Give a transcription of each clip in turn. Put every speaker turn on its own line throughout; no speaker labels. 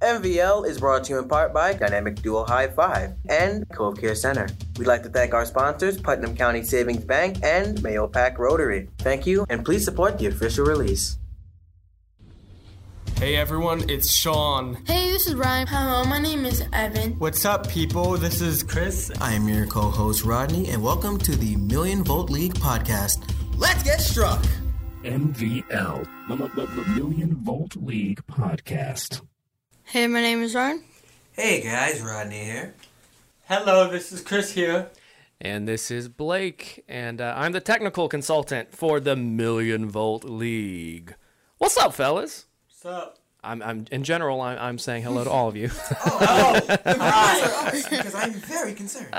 MVL is brought to you in part by Dynamic Duo High Five and Cove Care Center. We'd like to thank our sponsors, Putnam County Savings Bank and Mayo Pack Rotary. Thank you, and please support the official release.
Hey everyone, it's Sean.
Hey, this is Ryan. Hello, my name is Evan.
What's up, people? This is Chris.
I am your co host, Rodney, and welcome to the Million Volt League podcast. Let's get struck!
MVL, the Million Volt League podcast.
Hey, my name is Ryan.
Hey guys, Rodney here.
Hello, this is Chris here.
And this is Blake, and uh, I'm the technical consultant for the Million Volt League. What's up, fellas?
What's up?
I'm, I'm in general, I'm, I'm saying hello to all of you.
Because I'm very concerned.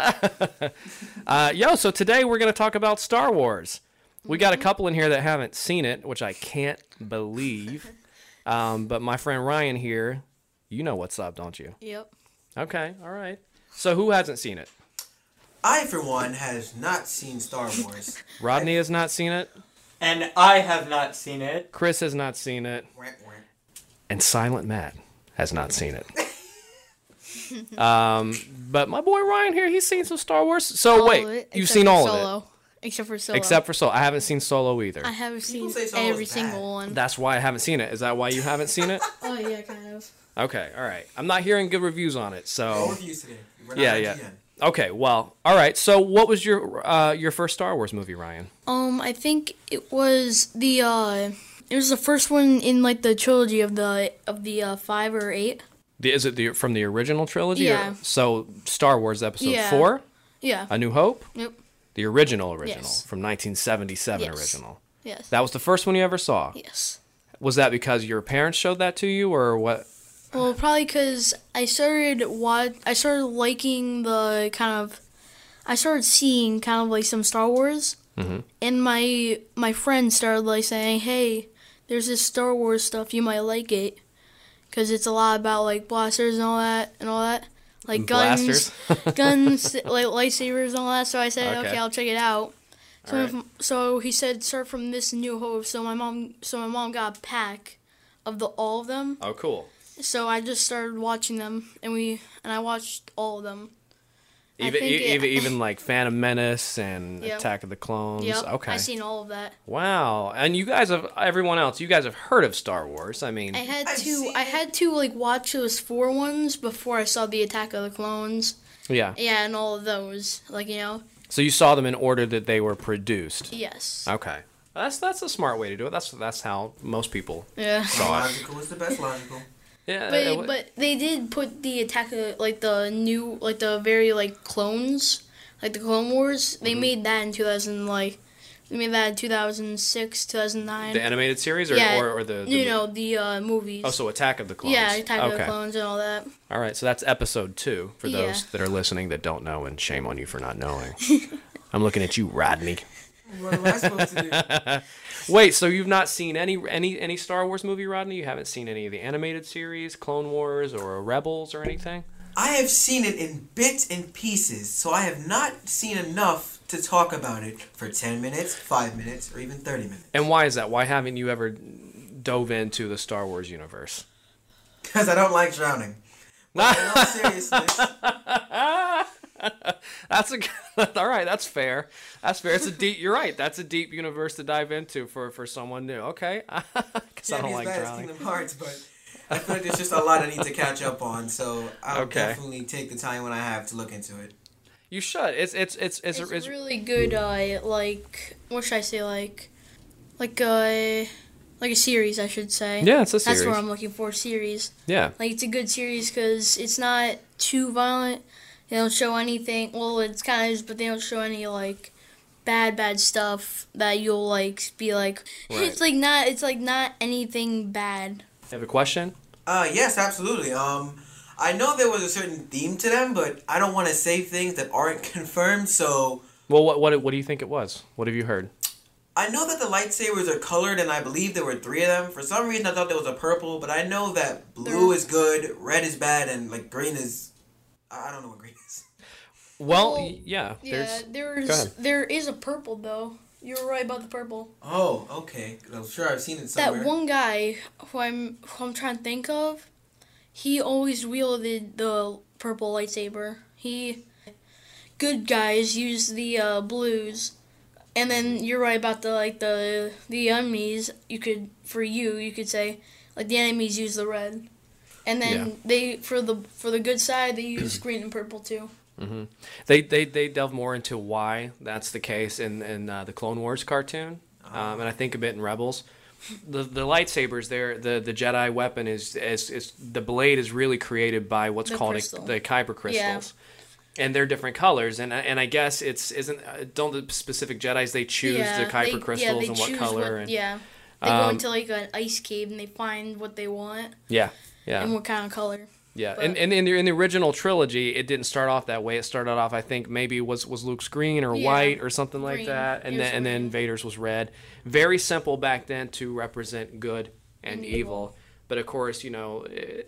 Uh, yo, so today we're going to talk about Star Wars. We got a
Mm-hmm.
couple in here that haven't seen it, which I can't believe. Um, but my friend Ryan here, you know what's up, don't you?
Yep.
Okay, all right. So who hasn't seen it?
I, for one, has not seen Star Wars.
Rodney has not seen it.
And I have not seen it.
Chris has not seen it.
Wah, wah.
and Silent Matt has not seen it. um, but my boy Ryan here, he's seen some Star Wars.
All
So Oh, wait,
of it,
you've
except
seen
for
all
Solo,
of it
Except for Solo.
except for Solo. I haven't seen Solo either.
I have seen
say Solo's
every
bad.
single one.
That's why I haven't seen it. Is that why you haven't seen it?
Oh, yeah, kind of.
Okay, all right. I'm not hearing good reviews on it,
No
so
reviews today. We're not
yeah,
on
yeah.
GN.
Okay, well, all right. So what was your uh, your first Star Wars movie, Ryan?
Um, I think it was the, uh, it was the first one in, like, the trilogy of the, of the, uh, five or eight.
The, is it the from the original trilogy? or-
Yeah.
so Star Wars Episode
Yeah.
Four,
Yeah.
A New Hope,
Yep.
the original original
Yes.
from 1977
Yes.
original.
Yes.
That was the first one you ever saw.
yes.
Was that because your parents showed that to you, or what?
Well, probably because I started what I started liking the kind of, I started seeing kind of like some Star Wars, and my my friends started like saying, "Hey, there's this Star Wars stuff you might like it, because it's a lot about like blasters and all that and all that, like guns, guns, like lightsabers and all that." So I said,
Okay.
"Okay, I'll check it out." So
All right.
my- so he said, "Start from this New Hope." So my mom so my mom got a pack of the all of them.
Oh, cool.
So I just started watching them, and we and I watched all of them. I
Even
think
e-
it-
even even like Phantom Menace and
Yep.
Attack of the Clones.
Yep,
Okay.
I seen all of that.
Wow. And you guys have everyone else. You guys have heard of Star Wars. I mean,
I had
I've
to
seen
I had to like watch those four ones before I saw the Attack of the Clones.
yeah.
Yeah, and all of those, like you know,
So you saw them in order that they were produced.
yes,
Okay. That's that's a smart way to do it. That's that's how most people.
yeah.
Logical is the best logical.
Yeah.
But
it wa-
but they did put the Attack of like the new like the very like clones, like the Clone Wars.
Mm-hmm.
They made that in two thousand like, they made that in two thousand six, two thousand nine.
the animated series, or
yeah,
or, or the, the
you know the uh, movies.
Oh, so Attack of the Clones.
yeah, Attack of the
Okay.
Clones and all that.
All right, so that's episode two for
Yeah.
those that are listening that don't know, and shame on you for not knowing. I'm looking at you, Rodney.
What am I supposed to do?
Wait, so you've not seen any any any Star Wars movie, Rodney? You haven't seen any of the animated series, Clone Wars, or Rebels, or anything?
I have seen it in bits and pieces, so I have not seen enough to talk about it for 10 minutes, 5 minutes, or even 30 minutes.
And why is that? Why haven't you ever dove into the Star Wars universe?
Because I don't like drowning. But in all seriousness,
That's a good- all right. That's fair. That's fair. It's a deep. You're right. That's a deep universe to dive into for for someone new. Okay, because I
can't be
don't
as
like
bad as
drowning.
Kingdom Hearts, but I feel like there's just a lot I need to catch up on, so I'll
Okay.
definitely take the time when I have to look into it.
You should. It's it's it's it's,
It's,
it's
really good. Uh, like what should I say? Like, like a like a series, I should say.
yeah. It's a
That's
series.
what I'm looking for. Series.
yeah.
Like it's a good series because it's not too violent. They don't show anything. Well, it's kind of, but they don't show any like bad bad stuff that you'll like be like.
Right.
It's like not. It's like not anything bad.
You have a question?
Uh, yes, absolutely. Um, I know there was a certain theme to them, but I don't want to say things that aren't confirmed. So
Well, what what what do you think it was? What have you heard?
I know that the lightsabers are colored, and I believe there were three of them. For some reason, I thought there was a purple, but I know that blue
There-
is good, red is bad, and like green is. I I don't know what green is.
Well,
Well,
yeah.
Oh, Yeah,
There's
there
Go
is
ahead.
there is a purple though. You're right about the purple.
Oh, okay. I'm sure I've seen it somewhere.
that one guy who I'm who I'm trying to think of, he always wielded the purple lightsaber. He good guys use the uh, blues, and then you're right about the like the the enemies. You could for you you could say like the enemies use the red, and then
Yeah.
they for the for the good side they use green and purple too.
They they they delve more into why that's the case in in uh, the Clone Wars cartoon,
Oh.
um, and I think a bit in Rebels. The the lightsabers there, the the Jedi weapon is is, is the blade is really created by what's
The
called
crystal.
A, the Kyber crystals. And they're different colors, and I- and I guess it's isn't uh, don't the specific Jedi's they choose the
they-
Kuiper crystals
they
and what
choose
color and
yeah. They go
Um,
into like an ice cave and they find what they want
yeah yeah
and what kind of color.
Yeah,
But-
and, and in the in the original trilogy, it didn't start off that way. It started off, I think, maybe was was Luke's green or
Yeah,
white or something like
green.
that,
It
and
was
then and then
green.
Vader's was red. Very simple back then to represent good and, evil. but of course, you know, eh,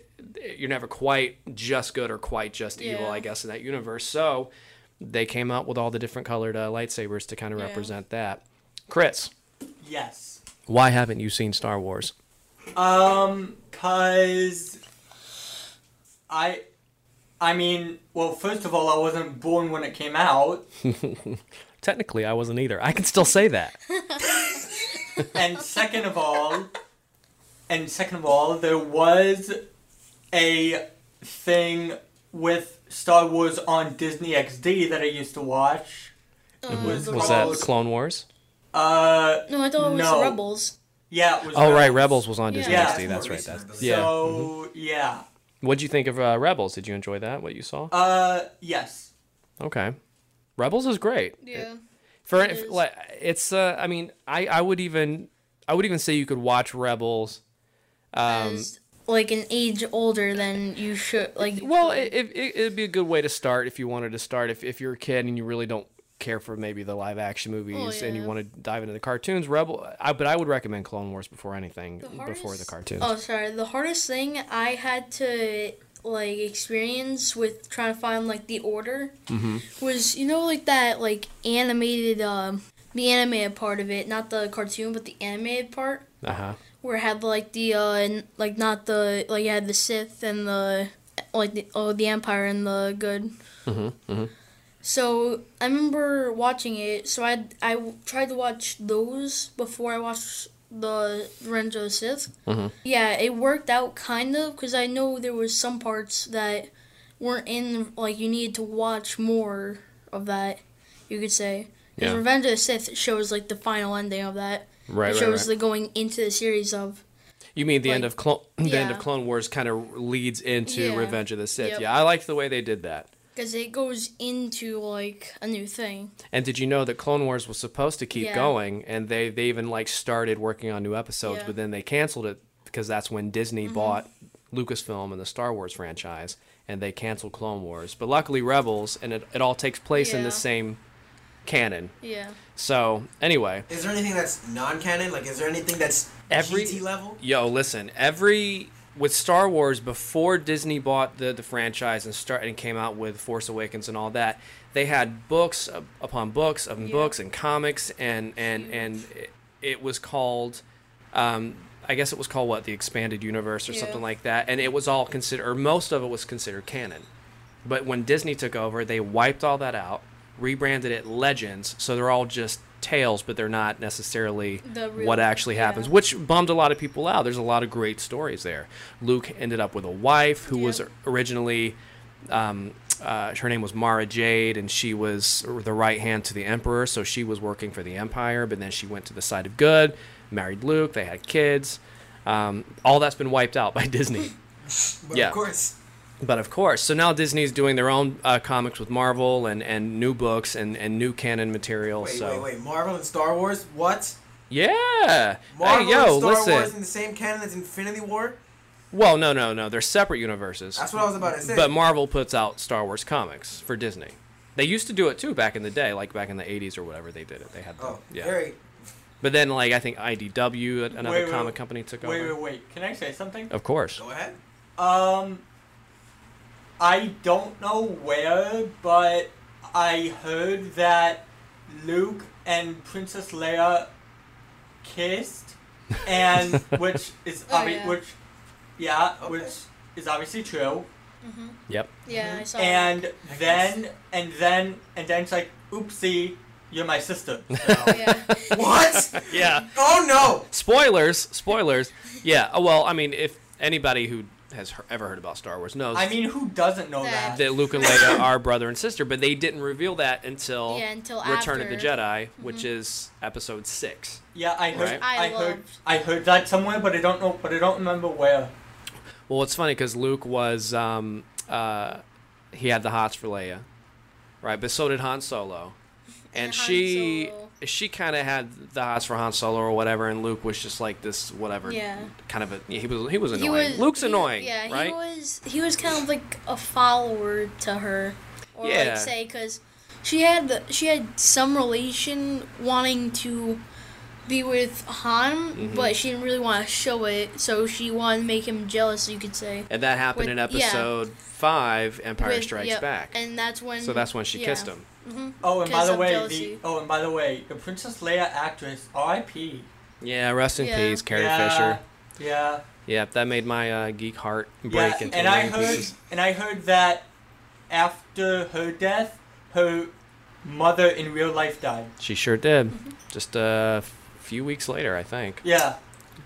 you're never quite just good or quite just evil,
Yeah.
I guess, in that universe. So they came out with all the different colored uh, lightsabers to kind of
Yeah.
represent that. Chris,
Yes.
why haven't you seen Star Wars?
Um, cause I, I mean, well, first of all, I wasn't born when it came out,
Technically, I wasn't either. I can still say that.
and second of all, and second of all, there was a thing with Star Wars on Disney XD that I used to watch.
Uh, the
Was that
rebels.
Clone Wars?
Uh,
No, I thought it was
No.
the rebels.
yeah, it was.
Oh right, Rebels was on
Yeah.
Disney
Yeah.
XD. That's right. That's,
Recently.
yeah. Mm-hmm.
So yeah,
What'd you think of uh, Rebels? Did you enjoy that? What you saw?
uh, yes.
okay, Rebels is great.
Yeah.
For
it
if-
is.
like, it's, uh, I mean, I, I would even, I would even say you could watch Rebels.
As, Um, like an age older than you should. Like
Well, it, it, it- it'd be a good way to start if you wanted to start. If, if you're a kid and you really don't care for maybe the live action movies and
Oh,
you
yeah.
want to dive into the cartoons, Rebel. I, but I would recommend Clone Wars before anything, before the
hardest-
cartoons.
Oh, sorry. The hardest thing I had to like experience with trying to find like the order
Mm-hmm.
was you know like that like animated um the animated part of it, not the cartoon, but the animated part
Uh huh.
where it had like the uh n- like not the like you had the Sith and the like the, oh the Empire and the good. Mm-hmm, So I remember watching it. So I I w- tried to watch those before I watched the Revenge of the Sith. Mm-hmm. Yeah, it worked out kind of because I know there was some parts that weren't in like you needed to watch more of that. You could say. 'Cause
Yeah.
Revenge of the Sith shows like the final ending of that
Right.
it
right,
shows
right.
the going into the series of
You mean the end
Like-
of Clone the end of
yeah.
Clone Wars kind of leads into
Yeah.
Revenge of the Sith.
Yep.
Yeah, I liked the way they did that.
because it goes into like a new thing.
And did you know that Clone Wars was supposed to keep
Yeah.
going and they they even like started working on new episodes,
Yeah. Mm-hmm.
but then they canceled it because that's when Disney bought Lucasfilm and the Star Wars franchise and they canceled Clone Wars. But luckily Rebels and it, it all takes place in the
Yeah.
same canon.
Yeah,
So, anyway,
Is there anything that's non-canon? Like, is there anything that's
Every-
GT level?
Yo, listen. Every with Star Wars before Disney bought the the franchise and start and came out with Force Awakens and all that, they had books up- upon books and books and comics and and and it, it was called. Um, I guess it was called what the expanded universe or
Yeah.
something like that, and it was all considered, or most of it was considered canon. But when Disney took over, they wiped all that out, rebranded it Legends, so they're all just tales, but they're not necessarily
The real-
what actually happens,
yeah.
which bummed a lot of people out. There's a lot of great stories there. Luke ended up with a wife who was
Yeah.
originally. Um, uh, her name was Mara Jade, and she was the right hand to the Emperor. So she was working for the Empire, but then she went to the side of good, married Luke, they had kids. Um, all that's been wiped out by Disney.
But
Yeah.
Of course.
But of course, so now Disney's doing their own uh, comics with Marvel and, and new books and, and new canon material.
Wait,
so
wait, wait. Marvel and Star Wars? What?
yeah,
Marvel
hey yo,
and Star
listen.
Wars in the same canon as Infinity War?
well, no, no, no, they're separate universes.
That's what I was about to say.
But Marvel puts out Star Wars comics for Disney. They used to do it too back in the day, like back in the '80s or whatever. They did it. They had the,
oh,
yeah.
very.
But then, like I think IDW, another
Wait, wait,
comic
wait.
company, took
Wait,
over.
wait, Oh, wait. Can I say something?
Of course.
Go ahead.
Um, I don't know where, but I heard that Luke and Princess Leia kissed, and which is
Oh,
obvi-
yeah.
which, yeah,
Okay.
which is obviously true.
Yep.
Yeah, I saw. that.
And then and then and then it's like, oopsie, you're my sister. So,
Oh, Yeah.
What?
Yeah.
oh no!
Spoilers. Spoilers. Yeah. oh, Well, I mean, if anybody who has he- ever heard about Star Wars knows
I mean, who doesn't know that?
that Luke and Leia are brother and sister, but they didn't reveal that until,
Yeah, until
Return of the
after. Mm-hmm.
Jedi, which is Episode Six.
Yeah, I heard.
Right.
I,
I
heard.
loved-
I heard that somewhere, but I don't know. But I don't remember where.
Well, it's funny because Luke was um, uh, he had the hots for Leia, right? But so did Han Solo, and,
And Han
she
Solo.
she kind of had the hots for Han Solo or whatever, and Luke was just like this whatever
Yeah.
kind of a yeah, he was he was
He
annoying.
was
Luke's
he-
annoying,
Yeah,
right?
he was he was kind of like a follower to her, or
Yeah.
like say because she had she had some relation wanting to be with Han,
Mm-hmm.
but she didn't really want to show it, so she wanted to make him jealous. You could say.
and that happened in
With- yeah.
Episode Five, Empire
With-
Strikes
yep,
Back.
And that's when.
so that's when she
yeah.
kissed him.
Oh, and by
Because
the
of
way,
jealousy.
the oh, and by the way, the Princess Leia actress, R.I.P.
Yeah, rest in
Yeah.
peace, Carrie
yeah,
Fisher.
Yeah.
Yep, that made my uh, geek heart break
Yeah,
into
and I
nine
heard
pieces.
and I heard that after her death, her mother in real life died.
She sure did.
Mm-hmm.
Just a few weeks later, I think.
Yeah,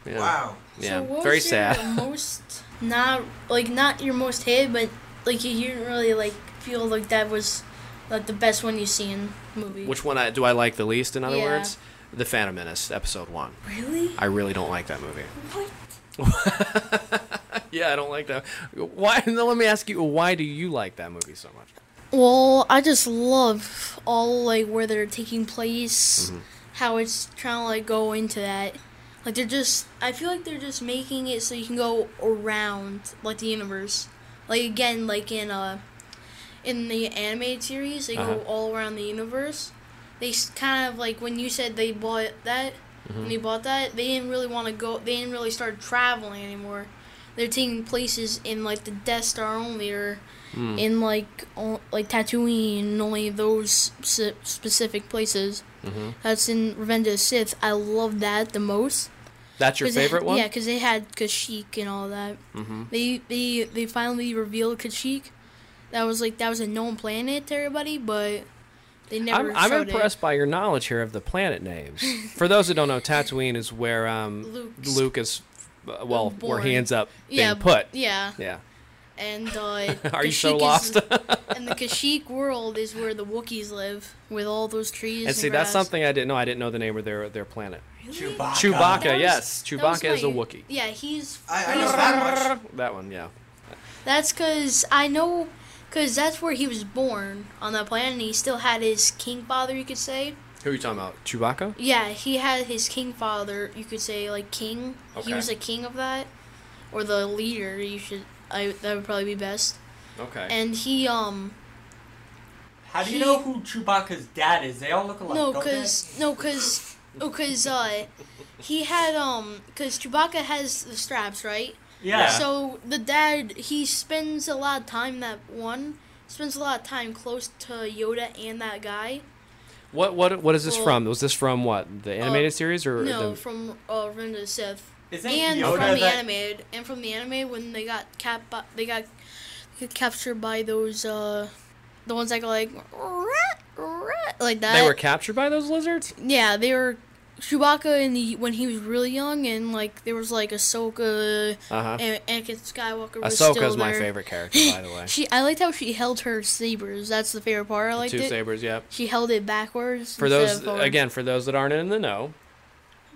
Yeah.
Wow.
Yeah,
So what
very
was
sad.
Your most not like not your most hated, but like you didn't really like feel like that was like the best one you see in movie.
Which one I, do I like the least? In other
Yeah.
words, The Phantom Menace, Episode One.
really?
I really don't like that movie.
What?
Yeah, I don't like that. Why? Now let me ask you. Why do you like that movie so much?
Well, I just love all like where they're taking place, how it's trying to like go into that. Like they're just, I feel like they're just making it so you can go around like the universe. Like again, like in uh, in the animated series, they go
Uh-huh.
all around the universe. They s- kind of like when you said they bought that, when they bought that, they didn't really want to go. They didn't really start traveling anymore. They're taking places in like the Death Star only or
Mm-hmm.
in like o- like Tatooine, and only those s- specific places.
Mm-hmm.
That's in Revenge of the Sith. I love that the most.
That's your
'Cause it-
favorite one? Mm-hmm.
Yeah, because they had Kashyyyk and all that. They they they finally revealed Kashyyyk. That was like that was a known planet to everybody, but they never.
I'm, I'm
showed it.
impressed by your knowledge here of the planet names. For those that don't know, Tatooine is where um,
Luke's-
Luke is, uh, well, where he
born.
ends up
Yeah,
being put.
Yeah,
Yeah.
and uh,
Are you so
Kashyyyk
lost?
Is, and the Kashyyyk world is where the Wookiees live, with all those trees.
and see, that's
grass.
something I didn't know. I didn't know the name of their their planet.
Chewbacca.
Chewbacca,
That was-
yes.
that was
Chewbacca is a
my-
Wookiee.
Yeah, he's
I, I know that much.
That one, yeah.
That's because I know, because that's where he was born on that planet, and he still had his king father, you could say.
Who are you talking about? Chewbacca?
Yeah, he had his king father, you could say, like king.
Okay.
He was the king of that, or the leader. You should, I that would probably be best.
Okay.
And he um
How do you
He-
know who Chewbacca's dad is? They all look alike.
no,
don't they?
cause no, cause no, cause uh, he had um, cause Chewbacca has the straps, right?
yeah.
So the dad, he spends a lot of time that one spends a lot of time close to Yoda and that guy.
what what what is this
Well-
from? Was this from what the animated
Uh,
series or
No,
the,
from uh, Revenge of the Sith,
Isn't
and
Yoda
from the
that-
animated, and from the anime when they got cap, they got captured by those uh, the ones that go like rat, rat, like that.
they were captured by those lizards?
Yeah, they were Chewbacca in the when he was really young, and like there was like Ahsoka,
Uh-huh.
and Anakin Skywalker. Was
Ahsoka
still
is my
there.
favorite character, by the way.
She, I liked how she held her sabers. That's the favorite part. I liked
Two
it.
sabers, yeah.
She held it backwards.
For
instead
those
of forward.
again, for those that aren't in the know,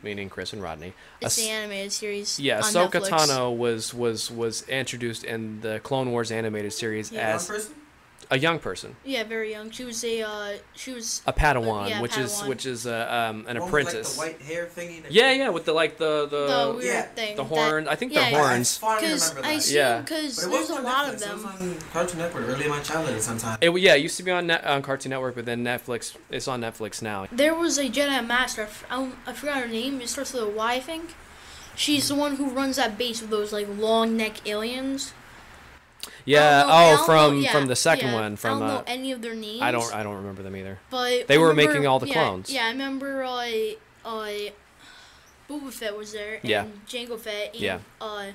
meaning Chris and Rodney.
it's
Ahs-
the animated series.
yeah,
on
Ahsoka
Netflix.
Tano was was was introduced in the Clone Wars animated series as
One person?
a young person,
Yeah, very young. She was a, uh, she was.
a Padawan,
Yeah,
which is
Padawan.
which is uh, um, an
One with,
apprentice.
Like, the white hair thingy. that-
yeah, yeah, with the like the
the
the,
weird
yeah,
thing.
Uh, the horn. I think they're
I- I
horns.
fondly
Because
remember
I
that.
see,
Yeah.
because
But it
there's
wasn't
a
on
lot of
Netflix, It
them.
was on Cartoon Network early in my childhood at some time.
It, yeah, it used to be on net, on Cartoon Network, but then Netflix. It's on Netflix now.
There was a Jedi Master. I, f- I don't- I forgot her name. It starts with a Y, I think. She's the one who runs that base with those like long neck aliens.
Yeah.
I don't know- I
Oh,
don't
from
know- yeah,
from the second
yeah.
one. From
I don't
uh,
know any of their names.
I don't I don't remember them either.
But
They
I
were
remember-
making all the
yeah,
clones.
Yeah, I remember. I uh, uh, Boba Fett was there. And
Yeah.
Jango Fett. And,
Yeah.
Uh,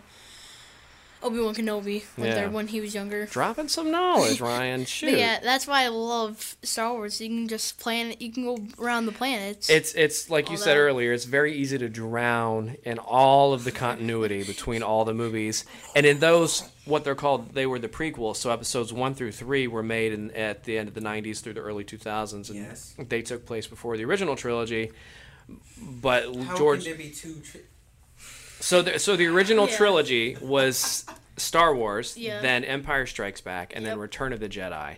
Obi Wan Kenobi went
Yeah.
there when he was younger.
Dropping some knowledge, Ryan. Shoot.
But yeah, that's why I love Star Wars. You can just plan. You can go around the planets.
It's it's like you said
Although-
earlier, it's very easy to drown in all of the continuity between all the movies. And in those what they're called, they were the prequels. So episodes 1 through 3 were made in, at the end of the 90s through the early 2000s and
Yes.
they took place before the original trilogy. But
How
George
can there be two? Tri-
So, the, so the original
Yeah.
trilogy was Star Wars,
Yeah.
then Empire Strikes Back, and then
Yep. Mm-hmm.
Return of the Jedi.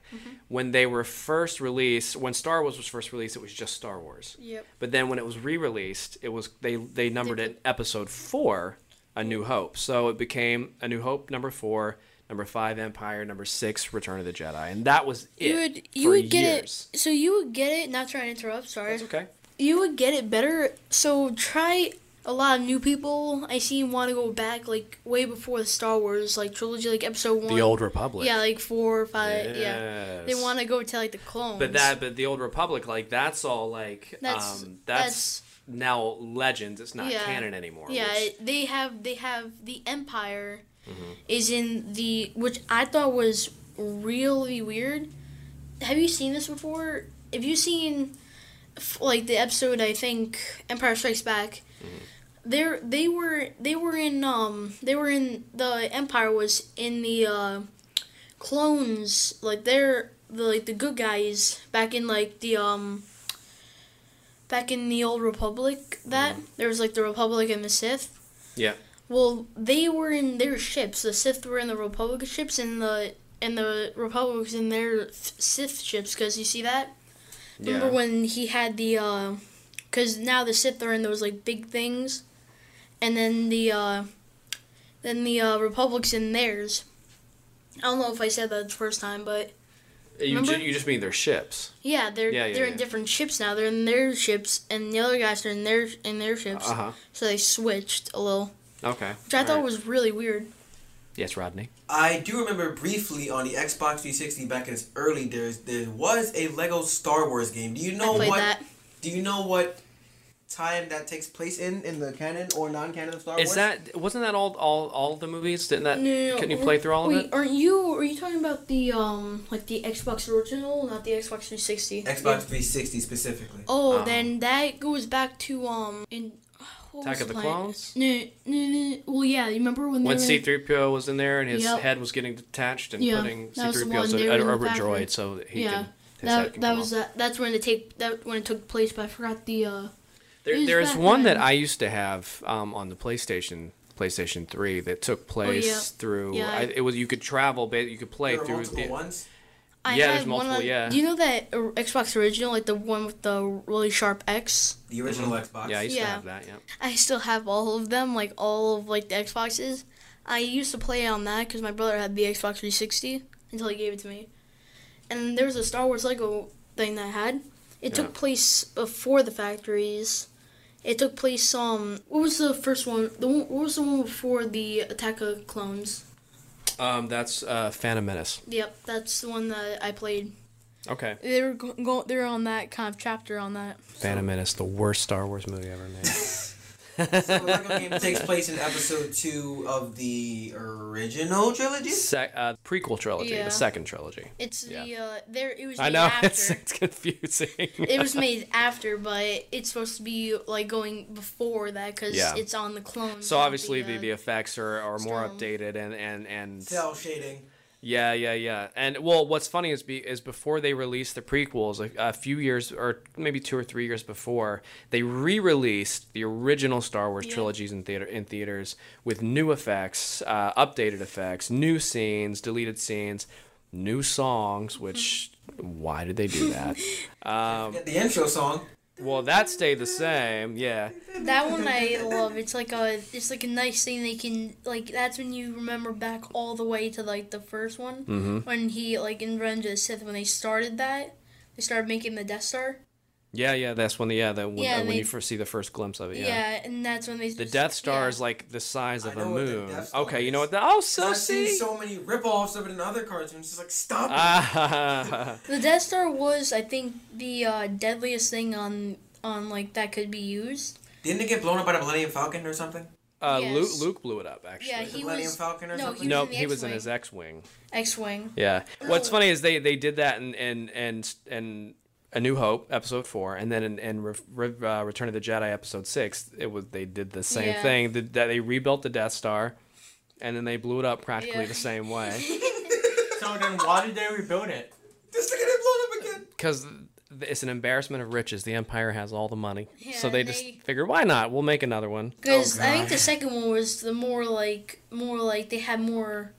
When they were first released, when Star Wars was first released, it was just Star Wars.
Yep.
But then when it was re-released, it was they they numbered it Episode Four, A New Hope. So it became A New Hope number four, number five Empire, number six Return of the Jedi, and that was it.
you would you
for
would get
years.
it. So you would get it. Not trying to interrupt. Sorry.
That's okay.
You would get it better. So try a lot of new people. I seen want to go back like way before the Star Wars like trilogy, like Episode One.
The Old Republic.
Yeah, like four or five. Yeah. They
Yes.
want to go to like the clones.
But that, but the old Republic, like that's all like
That's-
um,
that's-
that's, now legends. It's not
Yeah.
canon anymore.
Yeah,
which-
it- they have they have the Empire
Mm-hmm.
is in the which I thought was really weird. Have you seen this before? Have you seen f- like the episode I think Empire Strikes Back?
Mm-hmm.
There they were they were in um they were in the Empire was in the uh, clones like they're the like the good guys back in like the um back in the old republic that there was like the republic and the sith
Mm-hmm. yeah.
well they were in their ships the sith were in the republic ships and the and the republic was in their th- sith ships because you see that remember
Yeah.
when he had the because now the sith are in those like big things and then the uh then the uh, republic's in theirs i don't know if i said that the first time but
You, ju-
remember?
you just mean their ships.
yeah they're
Yeah, yeah,
they're in
yeah.
different ships now they're in their ships and the other guys are in their in their ships
Uh huh.
so they switched a little,
Okay.
which I thought
Alright.
was really weird.
yes, Rodney.
I do remember briefly on the Xbox 360 back in its early days, there was a Lego Star Wars game. Do you know
I played
what?
that.
Do you know what time that takes place in in the canon or non-canon of Star Wars?
Is that wasn't that all all all the movies? Didn't that?
No, no, no.
Couldn't you play through all
Wait,
of it?
Aren't you? Are you talking about the um, like the Xbox original, not the Xbox 360?
Xbox 360 specifically?
Oh,
Oh.
then that goes back to um, in what
Attack
was
of the
my-
Clones?
No, no, no, no. Well, yeah, you remember when they
When
were in-
C three PO was in there and his
Yep.
head was getting detached and
Yeah,
putting
that
C
was the
three PO
one.
so
They
a,
were in
a
the
droid
factory.
so that he
Yeah.
can his head
that,
can
that
come
was
off.
that. That's when it take that when it took place. But I forgot the uh.
There,
Who's
there's
back
one that
then?
I used to have um, on the PlayStation, PlayStation Three, that took place
Oh, yeah.
through.
Yeah,
I,
I-
it was you could travel, but you could play
there are
through
multiple
the.
ones.
I
Yeah,
had
there's multiple,
One on,
yeah.
Do you know that uh, Xbox original, like the one with the really sharp X?
The original Xbox.
Mm-hmm. Yeah, I used to
Yeah.
have that. Yeah.
I still have all of them, like all of like the Xboxes. I used to play on that because my brother had the Xbox 360 until he gave it to me. And there was a Star Wars Lego thing that I had. It
Yeah.
took place before the factories. It took place um what was the first one? The one, what was the one before the Attack of Clones?
Um, that's uh, Phantom Menace.
Yep, that's the one that I played.
Okay.
They were go- go- they were on that kind of chapter on that.
Phantom Menace, the worst Star Wars movie ever made.
So the Lego game takes place in episode two of the original trilogy.
Sec- uh, prequel trilogy,
Yeah.
the second trilogy.
It's the
Yeah.
uh there it was
I
made
know
after.
it's, it's confusing.
it was made after, but it's supposed to be like going before that because
Yeah.
it's on the clones.
so
not
obviously the,
uh,
the effects are, are more
stone.
updated and and and
Cell shading.
Yeah, yeah, yeah. And well, what's funny is be, is before they released the prequels, a, a few years or maybe two or three years before, they re-released the original Star Wars trilogies in theater in theaters with new effects, uh, updated effects, new scenes, deleted scenes, new songs.
Mm-hmm.
Which why did they do that? Um,
Get the intro song.
well, that stayed the same. Yeah,
that one I love. It's like a it's like a nice thing they can like. That's when you remember back all the way to like the first one
Mm-hmm.
when he like in Revenge of the Sith when they started that they started making the Death Star.
yeah, yeah. That's when the yeah that when,
Yeah,
uh, when
they-
you first see the first glimpse of it.
Yeah,
Yeah.
and that's when they
The Death Star
yeah.
is like the size of
I
a
know what the
moon.
Death Star
Okay, you
is.
know what? The, oh, so
I've seen
see.
so many rip-offs of it in other cartoons. Just like stop. it.
Ah,
the Death Star was I think the uh, deadliest thing on on like that could be used.
Didn't it get blown up by the Millennium Falcon or something?
Uh,
Yes.
Luke, Luke blew it up, actually.
Yeah,
The
he
Millennium
was.
Falcon or
no,
something?
he
nope,
was in the
he was in
X-Wing.
his X-wing.
X-wing.
Yeah. What's
Oh.
funny is they they did that in in and and A New Hope episode four, and then in, in Re, Re, uh, Return of the Jedi episode six, it was they did the same
Yeah.
thing that that they rebuilt the Death Star, and then they blew it up practically
Yeah.
the same way
So then why did they rebuild it?
Just look at it blown up again.
because. It's an embarrassment of riches. The Empire has all the money, so
Yeah,
they
and
just
they-
figured, why not? We'll make another one.
Because I think
God.
the second one was the more like more like they had more.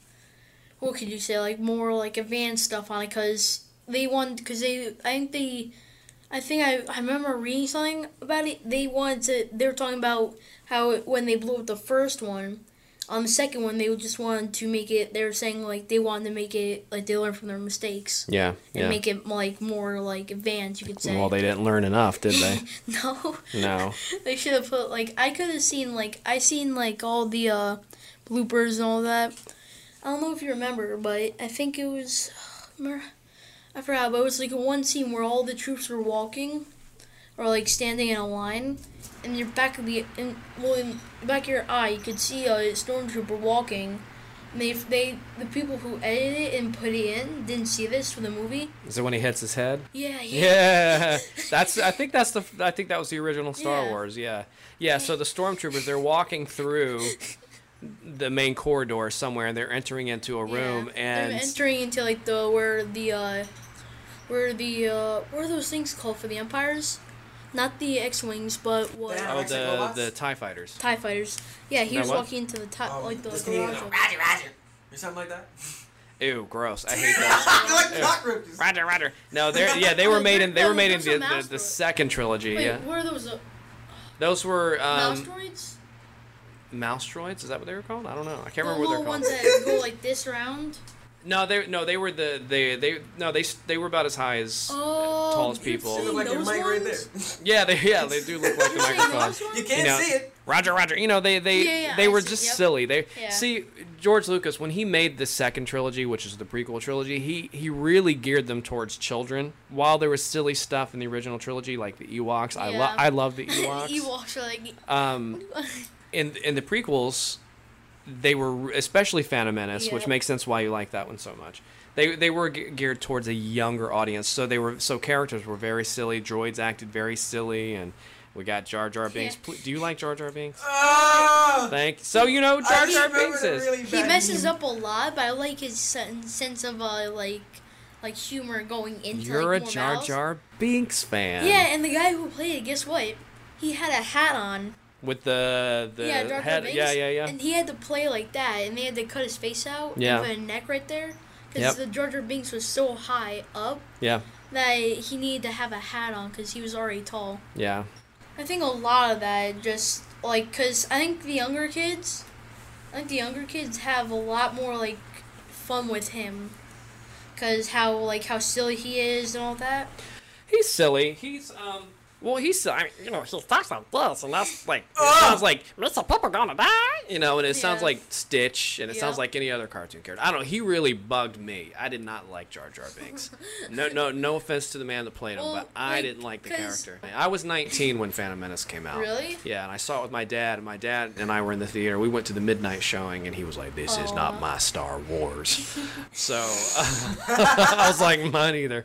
What could you say? Like more like advanced stuff on it because they won because they I think they. I think I, I remember reading something about it. They wanted to. They were talking about how it, when they blew up the first one, on the second one they just wanted to make it. They were saying like they wanted to make it like they learned from their mistakes
Yeah,
and
yeah.
make it like more like advanced. You could say.
well, they didn't learn enough, did they?
no.
no.
They should have put like I could have seen like I seen like all the uh bloopers and all that. I don't know if you remember, but I think it was mer- I forgot, but it was like one scene where all the troops were walking or like standing in a line, and your back of the in, well in the back of your eye you could see a stormtrooper walking. And they they the people who edited it and put it in didn't see this for the movie.
Is it when he hits his head?
Yeah, yeah.
Yeah, that's. I think that's the. I think that was the original Star
Yeah.
Wars. Yeah, yeah. So the stormtroopers they're walking through the main corridor somewhere, and they're entering into a room,
They're
and
entering into like the where the uh where the uh what are those things called for the empires? Not the X wings, but what
Yeah.
oh,
Mexican
the
robots?
the Tie fighters.
Tie E fighters. Yeah, he
No,
was
what?
walking into the tie Uh,
Um,
like the
this
garage.
can be a
over-
Roger, Roger, or something like that.
Ew, gross. I hate that.
like cockroaches.
Roger, Roger. No, they're yeah. They were made in. They were made in
Those are
the
mouse
the, the
droids.
second trilogy.
Wait,
yeah, Um,
what are those? Uh,
those were
mouse
um,
droids?
mouse droids. Is that what they were called? I don't know. I can't
The
remember what
little
they're called.
ones that go like this round.
No, they no they were the they they no they s- they were about as high as
Oh,
tallest
you've
people.
seen
They look like your
those
mic right there.
ones?
Yeah, they yeah they do look like the
You've seen
microphone.
those ones?
You can't
You know,
see it.
Roger, Roger. You know they they
Yeah, yeah,
they
I
were
see,
just
yep.
silly. They
Yeah.
see George Lucas when he made the second trilogy, which is the prequel trilogy. He he really geared them towards children. While there was silly stuff in the original trilogy, like the Ewoks. I love
Yeah.
I love the Ewoks.
The Ewoks are like
Um, in in the prequels, they were especially Phantom Menace, which
Yeah.
makes sense why you like that one so much. They they were ge- geared towards a younger audience, so they were so characters were very silly. Droids acted very silly, and we got Jar Jar Binks.
Yeah.
Pl- Do you like Jar Jar Binks?
Ah!
Thank so you know who
I
Jar
just
Jar
remembered
Binks
a
is.
really
he
bad
messes
meme.
up a lot, but I like his sen- sense of uh, like like humor going into
You're a
like, more
Jar
mouths.
Jar Binks fan.
Yeah, and the guy who played it, guess what? He had a hat on.
With the the
yeah, Jar Jar
head.
Binks.
Yeah, yeah, yeah.
And he had to play like that, and they had to cut his face out
Yeah.
and put a neck right there because
Yep.
the Jar Jar Binks was so high up
yeah,
that he needed to have a hat on because he was already tall.
yeah.
I think a lot of that just like cuz I think the younger kids I think the younger kids have a lot more like fun with him cuz how like how silly he is and all that.
He's silly. He's um. Well, he's I mean, you know he talks like this, and that's like it sounds like Mr. Pepper gonna die, you know, and it sounds
Yeah.
like Stitch, and it sounds
Yeah.
like any other cartoon character. I don't. know. He really bugged me. I did not like Jar Jar Binks. no, no, no offense to the man that played him,
Well,
but I
like,
didn't like the
'cause-
character. I was 19 when Phantom Menace came out.
Really?
Yeah, and I saw it with my dad, and my dad and I were in the theater. We went to the midnight showing, and he was like, "This is not my Star Wars." so I was like, "Mine either."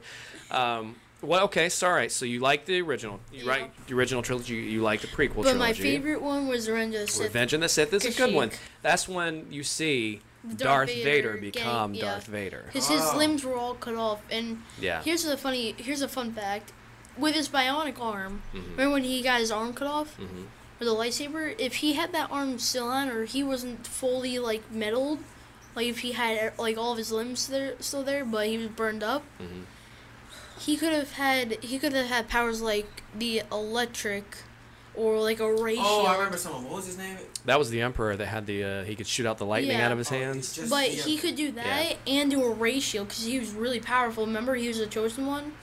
Um, well, okay, so, all right. So you like the original, you
Yeah.
right? The original trilogy. You like the prequel
But
trilogy.
my favorite one was Revenge of the Sith.
Revenge of the Sith is a good one.
Kashyyyk.
That's when you see Darth, Vader,
Vader
become
getting- yeah.
Darth Vader.
Cuz his
Ah.
limbs were all cut off and
Yeah.
here's the funny here's a fun fact with his bionic arm.
Hmm. Mm-hmm.
Remember when he got his arm cut off? With a lightsaber, if he had that arm still on, or he wasn't fully like metaled, like if he had like all of his limbs there still there, but he was burned up, he could have had he could have had powers like the electric, or like a ray
Oh, I
shield.
remember someone. What was his name?
That was the Emperor that had the uh, he could shoot out the lightning
Yeah.
out of his
Oh,
hands.
it's just-
But
yeah.
he could do that and do a ray shield because he was really powerful. Remember, he was the chosen one.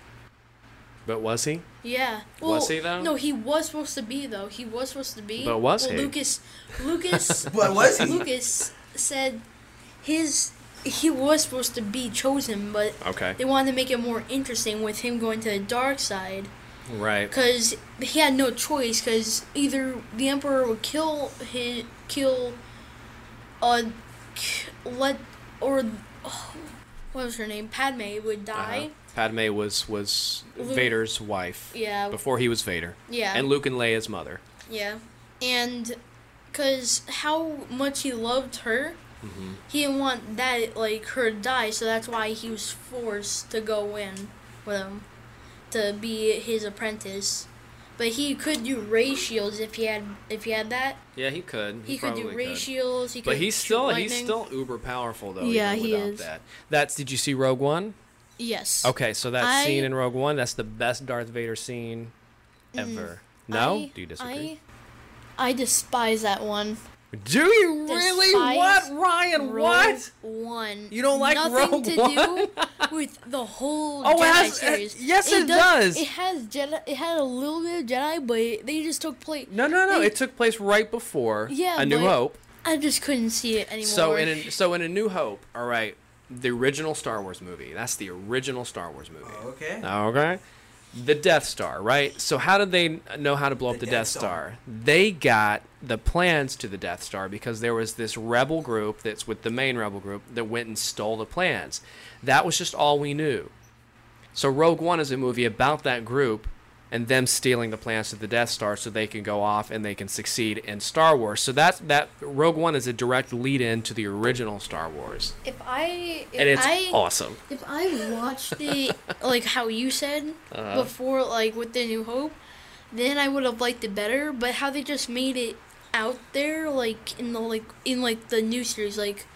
But was he?
Yeah.
Was he, though?
No, he was supposed to be though. He was supposed to be.
But was
well,
he?
Lucas, Lucas,
What was he?
Lucas said his he was supposed to be chosen, but
Okay.
they wanted to make it more interesting with him going to the dark side.
Right.
because he had no choice. Because either the emperor would kill his kill, uh, k- let or oh, what was her name? Padme would die.
Padme was was
Luke-
Vader's wife.
Yeah.
Before he was Vader.
Yeah.
And Luke and Leia's mother.
Yeah, and because how much he loved her,
Mm-hmm.
he didn't want that like her to die. So that's why he was forced to go in with him to be his apprentice. But he could do ray shields if he had if he had that.
Yeah, he could.
He, could do ray shields. He could
But he's
shoot
still he's
lightning.
still uber powerful though.
Yeah,
even
he
without
is.
That. That's did you see Rogue One?
yes.
Okay, so that
I-
scene in Rogue One, that's the best Darth Vader scene ever. No?
Mm. I-
Do you disagree?
I, I despise that one.
Do you really? What,
Despise
Ryan?
Rogue
What?
One.
You don't like
Nothing
Rogue
to do with the whole
Oh, it
Jedi
has- uh,
series.
yes, it does.
It has Jedi. It had a little bit of Jedi, but it- they just took place.
No, no, no.
They-
It took place right before
Yeah,
A New
but-
Hope.
I just couldn't see it anymore.
So in a, so in A New Hope, all right, the original Star Wars movie. That's the original Star Wars movie.
Okay.
Okay. The Death Star, right? So how did they know how to blow up the
The
Death,
Death
Star? They got the plans to the Death Star because there was this rebel group that's with the main rebel group that went and stole the plans. That was just all we knew. So Rogue One is a movie about that group and them stealing the plans to the Death Star so they can go off and they can succeed in Star Wars. So that's that Rogue One is a direct lead in to the original Star Wars.
if I, if
And it's
I,
awesome.
if I watched it like how you said
Uh-huh.
before, like with the New Hope, then I would have liked it better. But how they just made it out there, like in the like in like the new series, like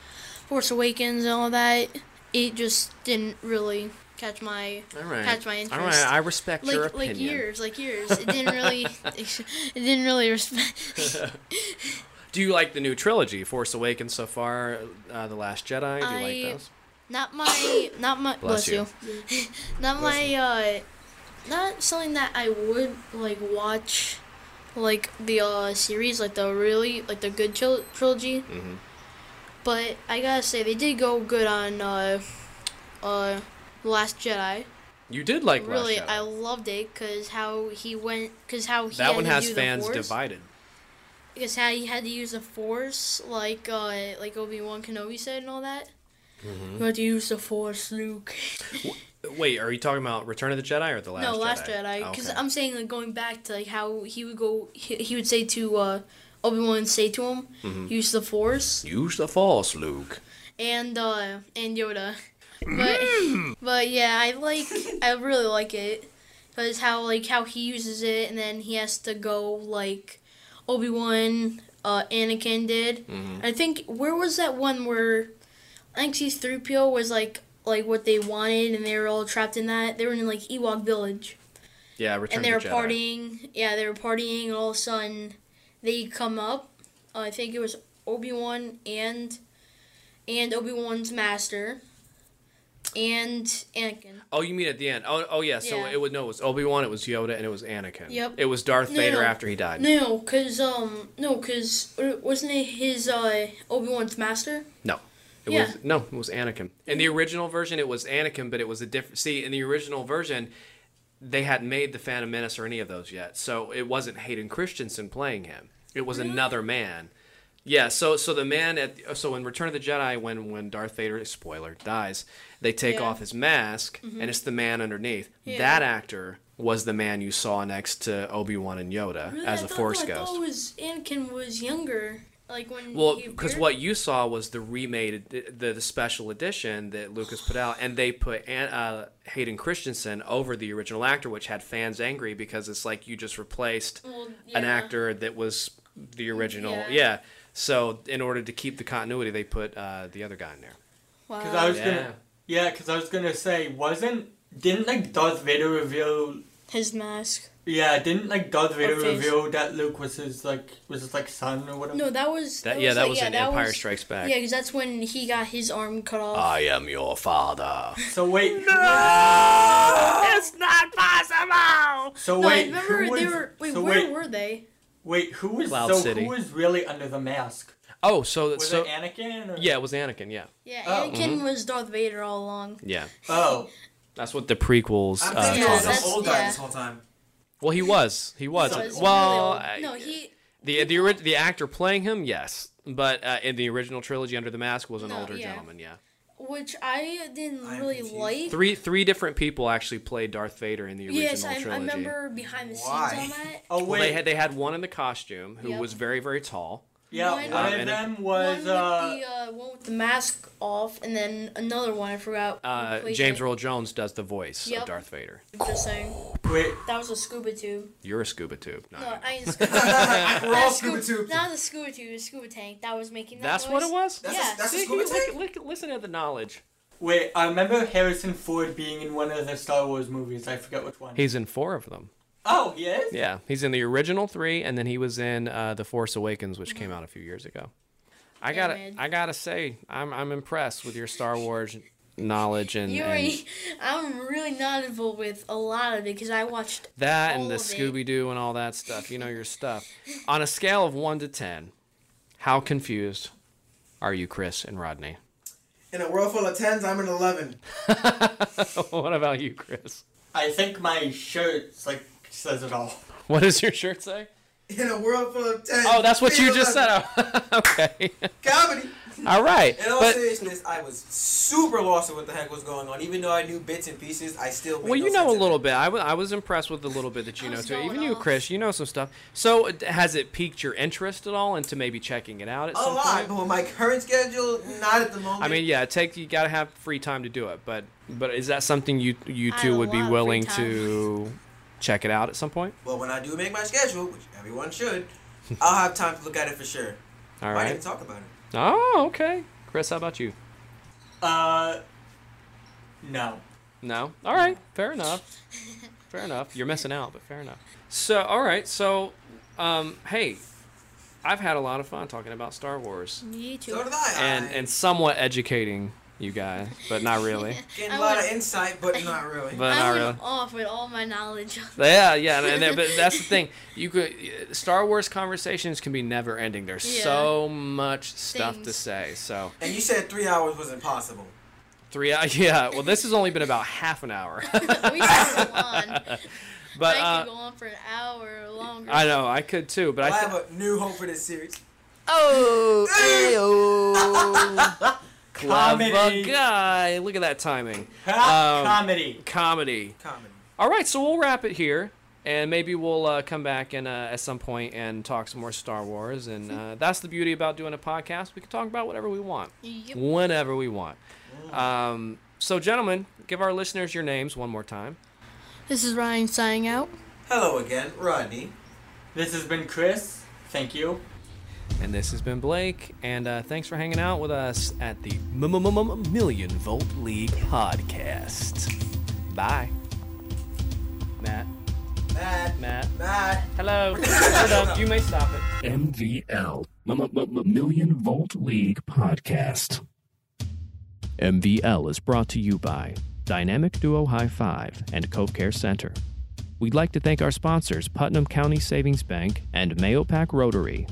Force Awakens and all that, it just didn't really catch my
All right.
catch my interest.
All right, I respect your
like
opinion.
like years, like years. It didn't really, it didn't really respect.
Do you like the new trilogy, Force Awakens so far, uh, The Last Jedi? Do you
I-
like those?
Not my, not my.
Bless
Bless, you. not my. uh Not something that I would like watch, like the uh series, like the really like the good tril- trilogy.
Mm-hmm.
But I gotta say they did go good on uh, uh, The Last Jedi.
You did like
really,
Last Jedi.
I loved it because how he went, because how he
that
had
one
to
has
do
fans
the force.
divided.
Because how he had to use the force, like uh, like Obi Wan Kenobi said and all that. You had to use the force, Luke.
Wait, are you talking about Return of the Jedi or The Last Jedi? Oh,
no, Last Jedi. Because
Okay.
I'm saying like going back to like how he would go, he, he would say to uh, Obi Wan, say to him,
Mm-hmm.
use the force,
Use the Force, Luke.
and uh, and Yoda. But but yeah, I like I really like it because how like how he uses it, and then he has to go like Obi Wan, uh, Anakin did. I think where was that one where I think C three PO was like like what they wanted, and they were all trapped in that. They were in like Ewok village,
Yeah, Return
and they were
of the Jedi.
partying. Yeah, they were partying, and all of a sudden they come up. Uh, I think it was Obi Wan and and Obi Wan's master and Anakin.
Oh, you mean at the end? Oh, oh yeah. So
Yeah.
it was no, it was Obi Wan, it was Yoda, and it was Anakin.
Yep.
It was Darth
No,
Vader
no.
after he died.
No, cause um, no, cause uh, wasn't it his uh Obi Wan's master?
No. It
Yeah.
was no, it was Anakin. In the original version, it was Anakin, but it was a different. See, in the original version, they hadn't made the Phantom Menace or any of those yet, so it wasn't Hayden Christensen playing him. It was another man. Yeah. So, so the man at so in Return of the Jedi, when when Darth Vader spoiler dies, they take
Yeah. Mm-hmm.
off his mask, and it's the man underneath.
Yeah.
That actor was the man you saw next to Obi Wan and Yoda Uh, as
a
a Force
I
ghost.
thought it was Anakin was younger, like when.
Well,
he
because
appeared.
what you saw was the remade, the, the special edition that Lucas put out, and they put An- uh, Hayden Christensen over the original actor, which had fans angry because it's like you just replaced
Well,
an
yeah.
actor that was the original. Yeah.
Yeah.
So in order to keep the continuity, they put uh, the other guy in there.
Because I
Wow.
was gonna, yeah, because I was gonna say, wasn't didn't like Darth Vader reveal?
His mask.
Yeah, didn't like Darth Vader
face.
reveal that Luke was his like was his like son or whatever?
No, that was.
That, yeah, that
like-
was in Empire
was-
Strikes Back. Ah,
Yeah, because that's when he got his arm cut off.
I am your father.
So wait,
it's not possible.
so
no,
wait,
I remember
who
they
was-
were. Wait,
so
where
wait,
were they?
wait, who was
Cloud
so
City.
who was really under the mask?
Oh, so
Was
so
it Anakin? Or?
yeah, it was Anakin. Yeah,
Yeah,
Oh.
Anakin was Darth Vader all along.
yeah.
Oh,
That's what the prequels.
I'm
uh,
thinking
yeah,
it
taught us.
was the
that's-
old guy
yeah.
this whole time.
Well, he was. He was.
Because he
well,
really-
I-
no, he
the the, ori- the actor playing him, yes, but uh, in the original trilogy, Under the Mask was an
No,
older
yeah.
gentleman. Yeah,
which I didn't
I'm
really
confused.
like.
three three different people actually played Darth Vader in the original
yes, I,
trilogy.
I remember behind the scenes
Why?
on that.
Oh wait,
Well, they had they had one in the costume who
Yep.
was very very tall.
yeah,
one-
one
Um,
of
and-
them was
one
uh,
with the uh, one with the mask off, and then another one I forgot.
Uh,
who played
James
it.
Earl Jones does the voice
Yep.
of Darth Vader.
Just saying,
wait,
that was a scuba tube.
You're a scuba tube. No,
No,
I-
I ain't scuba.
We're all scuba tubes.
Not the scuba tube, the scuba tank that was making that
that's
noise.
what it was.
That's,
Yeah.
a, that's a
See,
scuba
look-
tank?
look- listen to the knowledge.
wait. I remember Harrison Ford being in one of the Star Wars movies. I forget which one.
He's in four of them.
oh, he is.
Yeah, he's in the original three, and then he was in uh, the Force Awakens, which came out a few years ago. I gotta,
man.
I gotta say, I'm I'm impressed with your Star Wars knowledge and,
You
and
already, I'm really not involved with a lot of it because I watched.
that
all
and the
of it.
Scooby Doo and all that stuff. You know your stuff. On a scale of one to ten, how confused are you, Chris and Rodney?
In a world full of tens, I'm an eleven.
what about you, Chris?
I think my shirt like says it all.
What does your shirt say?
In a world full of tens.
Oh, that's what
be
you
an
just
11.
said. Oh, okay.
Comedy.
All right.
In all
But,
seriousness, I was super lost of what the heck was going on. Even though I knew bits and pieces, I still. made
well,
no
you know a
sense of
little bit. I wa- I was impressed with the little bit that you
I
know
was
too.
going
Even you,
off.
Chris, you know some stuff. So uh, d- has it piqued your interest at all into maybe checking it out at
it. A
some
lot,
point?
but with my current schedule, not at the moment.
I mean, yeah, it takes you got to have free time to do it. But but is that something you you
I have
two
a
would be
lot of free
willing
time.
to check it out at some point?
Well, when I do make my schedule, which everyone should, I'll have time to look at it for sure.
All
Might even
right.
talk about it.
Oh, okay. Chris, how about you?
Uh, no.
No. All right. Fair enough. Fair enough. You're missing out, but fair enough. So, all right. So, um, hey, I've had a lot of fun talking about Star Wars
Me too.
So did I.
and
I-
and somewhat educating you guys, but not really.
getting
I
a lot
was-
of insight, but not really.
But
I
not
went
really.
off with all my knowledge.
Yeah, yeah, and, and- but that's the thing. You could Star Wars conversations can be never ending. There's
Yeah.
so much stuff to
Things.
say. So
and you said three hours was impossible.
three, hou- yeah. Well, this has only been about half an hour,
we should go on.
but
I
uh,
could go on for an hour or longer.
I know I could too. But
I
I, th-
have a new hope for this series.
Oh, ayo. Clever
Comedy.
guy. Look at that timing.
Ha,
Um,
comedy.
Comedy.
Comedy.
All right, so we'll wrap it here. And maybe we'll uh, come back and uh, at some point and talk some more Star Wars. And uh, that's the beauty about doing a podcast. We can talk about whatever we want,
Yep.
whenever we want. Um, so, gentlemen, give our listeners your names one more time.
This is Ryan signing out.
Hello again, Rodney.
This has been Chris. Thank you.
And this has been Blake. And uh, thanks for hanging out with us at the Million Volt League podcast. Bye. Matt.
Matt.
Matt.
Matt.
Hello. Hold up. You may stop it.
MVL, M- M- M- Million Volt League Podcast. MVL is brought to you by Dynamic Duo High Five and Cove Care Center. We'd like to thank our sponsors, Putnam County Savings Bank and Mayo Pack Rotary,